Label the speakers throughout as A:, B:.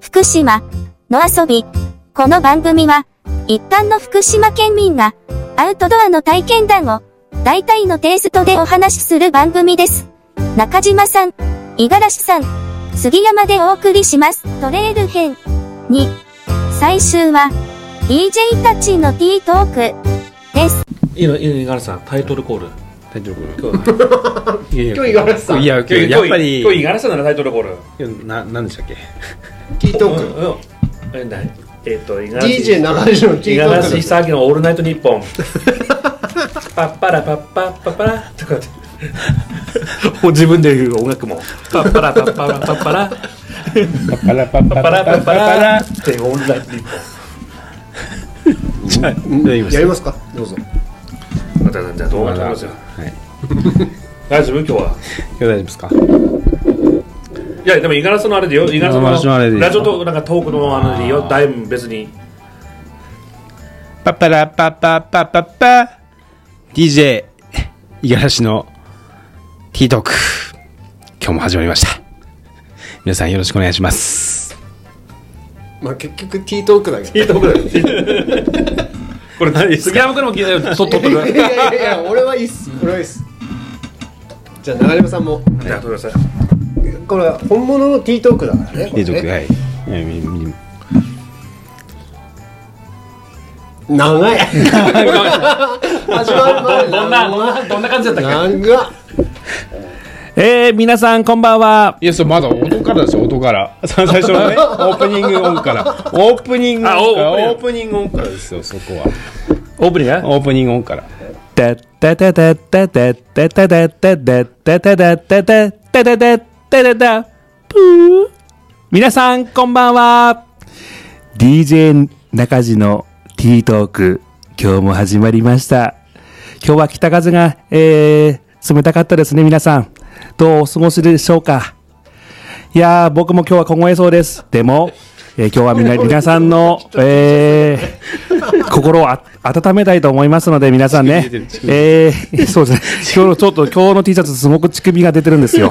A: 福島の遊び。この番組は、一般の福島県民が、アウトドアの体験談を、大体のテイストでお話しする番組です。中島さん、五十嵐さん、杉山でお送りします。トレイル編2。最終は、DJ たちの T トークです。
B: いいの、いいの、五十嵐さん、タイトルコール。
C: 大丈夫
B: 今日、
C: いやい
B: 今日五
C: や
B: 十嵐さん。
C: いや今日
B: 今日
C: やっぱり
B: 今日五十嵐さんならタイトルコール。
C: 今日な何でしたっけ
D: ティートーク。
B: ーク。うん。え、なえっと、五十嵐
D: DJ 流れのテ
B: 五
D: ィ
B: 十
D: ートーク
B: 嵐
D: です。
B: 久明のオールナイトニッ ポン。パッパラパッパッパッパラとかって。 自分で言う音楽も。パッパラパッパラパッパラ。
C: パパラパパ
B: パッパラパッパラ。ってオールナイトニッポン。
C: じゃあ
D: やりますかどうぞ。
B: またじゃあ動画撮りますよ。
C: はい
B: 大丈夫今日は。
C: 今日大丈夫ですか
B: いやでも五十嵐のあれでよ。五十嵐
C: 五十嵐のあれで
B: の
C: いい
B: ラジオとなんかトークのあれでよ。だいぶ別に。
C: パパラパパパパパ DJ 五十嵐の T トーク今日も始まりました皆さんよろしくお願いします
D: まあ結局ティートークだけ
B: いいとこだよ。これ何杉山君も聞いたよ。そ撮っとく。
D: ど。いやいやいや、俺はいいっす。俺はいいっす。じゃあ、流山さんも。
B: じゃあ撮ってください。
D: これ、本物のティートークだからね。こ
C: T
D: れ
C: トーク
D: ね
C: はいいやみみ。
D: 長い。 始まる前
B: どんなどんなどんな感じだったっけ？
D: 長っ。
B: えー、皆さんこんばんはい
C: やそうまだ音からですよ 音からさ最初のねオープニング音からオープニング
B: あお
C: 音から
B: オープニング
C: オープニング音からですよそこは
B: オープニング。
C: オープニング音から
E: 皆さんこんばんは DJ 中地の T トーク今日も始まりました今日は北風が、えー、冷たかったですね皆さんどうお過ごしでしょうかいやー僕も今日は凍えそうですでも、えー今日はみんな皆さんの、えー、心をあ温めたいと思いますので、皆さんね
C: 乳首出てる乳、首
E: えー、そうですね、今日のちょっと、今日の T シャツ、すごく乳首が出てるんですよ。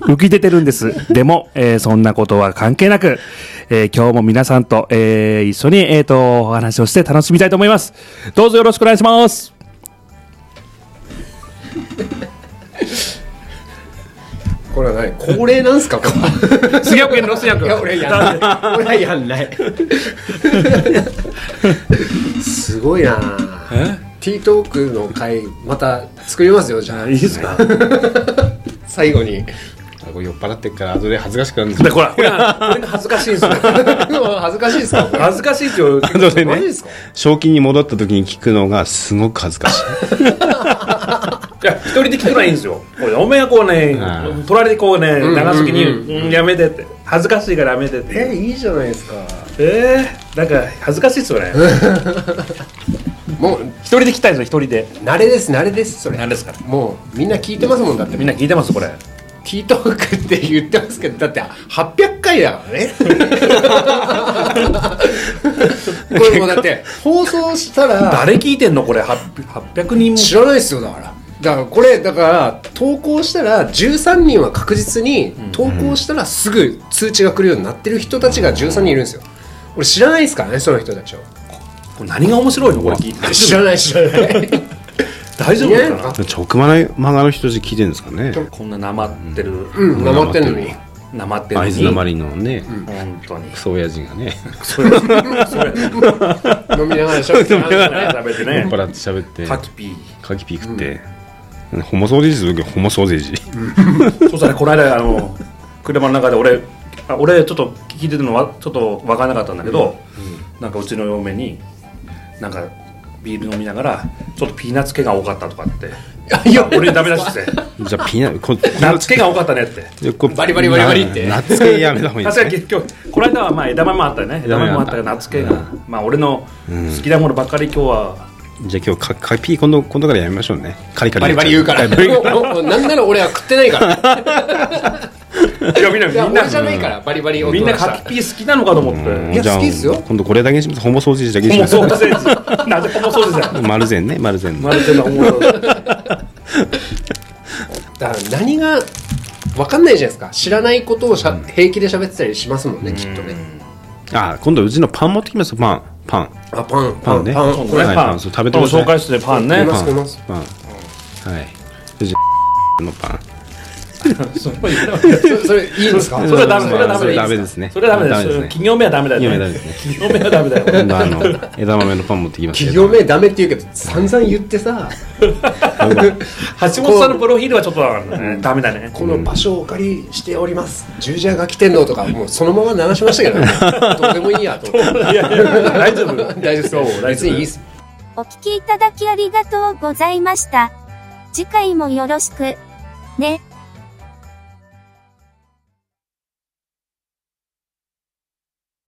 E: 浮き出てるんです。でも、えーそんなことは関係なく、えー今日も皆さんと、えー一緒に、えーと、お話をして楽しみたいと思います。どうぞよろしくお願いします。
D: これは何恒例なんすかこ れ
B: 杉山君ロスヤ君。
D: いや俺やんない俺はやんないすごいな
B: え
D: T トークの回また作りますよじゃあ
B: いいですか？
D: 最後に
C: あこれ酔っ払ってっから後で恥ずかしくなるんです
B: で
C: よ
B: こ れこれが恥ずかしいんですよ。
D: 恥ずかしいですかこれ
B: 恥ずかしいって いう。
C: 後で
D: マ
C: ね
D: ジですか
C: 賞金に戻った時に聞くのがすごく恥ずかし
B: い
C: い
B: や一人で聞くのはいいんですよ。これおめえはこうね
C: う
B: 取られてこうね
D: ん
B: 長すぎにうんやめてって恥ずかしいからやめてって。
D: えいいじゃないですか
B: えー、なんか恥ずかしいっすよね。
D: もう
B: 一人で聞きたいですよ一人で。
D: 慣れです慣れですそれ
B: 何ですか？
D: もうみんな聞いてますもんだって
B: みんな聞いてますこれ。
D: T トークって言ってますけどだって800回だから ねこれもうだって放送したら
B: 誰聞いてんのこれ800人も。
D: 知らないですよだからだからこれだから投稿したら13人は確実に投稿したらすぐ通知が来るようになってる人たちが13人いるんですよ俺知らないですからねその人たちを
B: これ何が面白いのこれ聞いて。
D: 知らない知らない
B: 大丈夫かな？
C: 直マナマガの人たち聞いてるんですかね
B: こんななまってる、
D: うんなまってんのに
B: なまってるの
C: 会津なま
B: に
C: りのね、
B: 本当に
C: クソ親父がね
D: 飲みながらしゃべって
C: なが
B: 食べて
C: 酔っ
B: ね
C: 払って喋って
B: カキピ
C: カキピー食って、ホモソーセージするけどホモソーセージ
B: ーそうしたらこの間あの車の中で俺あ俺ちょっと聞いてるのはちょっと分からなかったんだけど、なんかうちの嫁になんかビール飲みながらちょっとピーナッツ系が多かったとかっていや俺にダメ出し して
C: じゃあピーナこ
B: ナッツ系が多かったねって
D: バリバリバリバリって
C: ナッツ系やめた方がいい
B: 確 かに今日この間はまあ枝豆もあったよね枝
C: 枝
B: 豆
C: 豆も
B: も
C: あ
B: あ
C: っ
B: ったたからナッツ系が、まあ俺の好きなものばっかり今日は
C: じゃあ今日カカキピー今度今度からやめましょうねカリカリ
D: バリバリ言う から
C: バリバリ
D: もうもうなんなら俺は食ってないから
B: いやみんない
D: や
B: みん
D: 俺じゃない
B: な
D: からバリバリ
B: みんなカ
D: き
B: キピー好きなのかと思って、
C: うん
D: いや
C: じゃあ
D: 好きですよ
C: 今度これだけにしますホモソーセージだけに
B: ホ
C: し
B: モ
C: ます
B: ソー セージ。なぜホモソーセージだよ。
C: 丸善ね丸善
B: マルチェのホモソーセージ。
D: だから何が分かんないじゃないですか知らないことをしゃ平気で喋ってたりしますもんねきっとね
C: あ今度うちのパン持ってきますよパンパン
D: あパン
C: パンね
D: パン
B: そう
D: これ
B: ね
C: はい
B: パ
C: パ
B: ン
C: ンそう食べてください
B: 紹介室でパンね
D: いま
C: パ
D: す
C: ン
D: います
C: パンはいでじゃあのパン
B: それは
D: そそれいいですか
C: それは
B: ダメそれはダメ
C: それ
B: いい
C: ダメですね
B: それはダメだよ
C: ダメですね
B: 企業名はダメだよ
C: 企業名は
B: 企業
C: ダメです
B: 名はダメだよ
C: 今度あの枝豆のパン持ってきます
D: 企業名ダメって言うけど散々言ってさ
B: 橋本さんのプロフィールはちょっとだからねダメだね
D: この場所をお借りしております十字屋が来てんのとかもうそのまま鳴らしましたけどねどうでもいいやと思って
B: いやいや大丈夫
D: 大丈夫です
B: そう大丈夫
D: 別にいいっす
A: お聞きいただきありがとうございました。次回もよろしく。ね。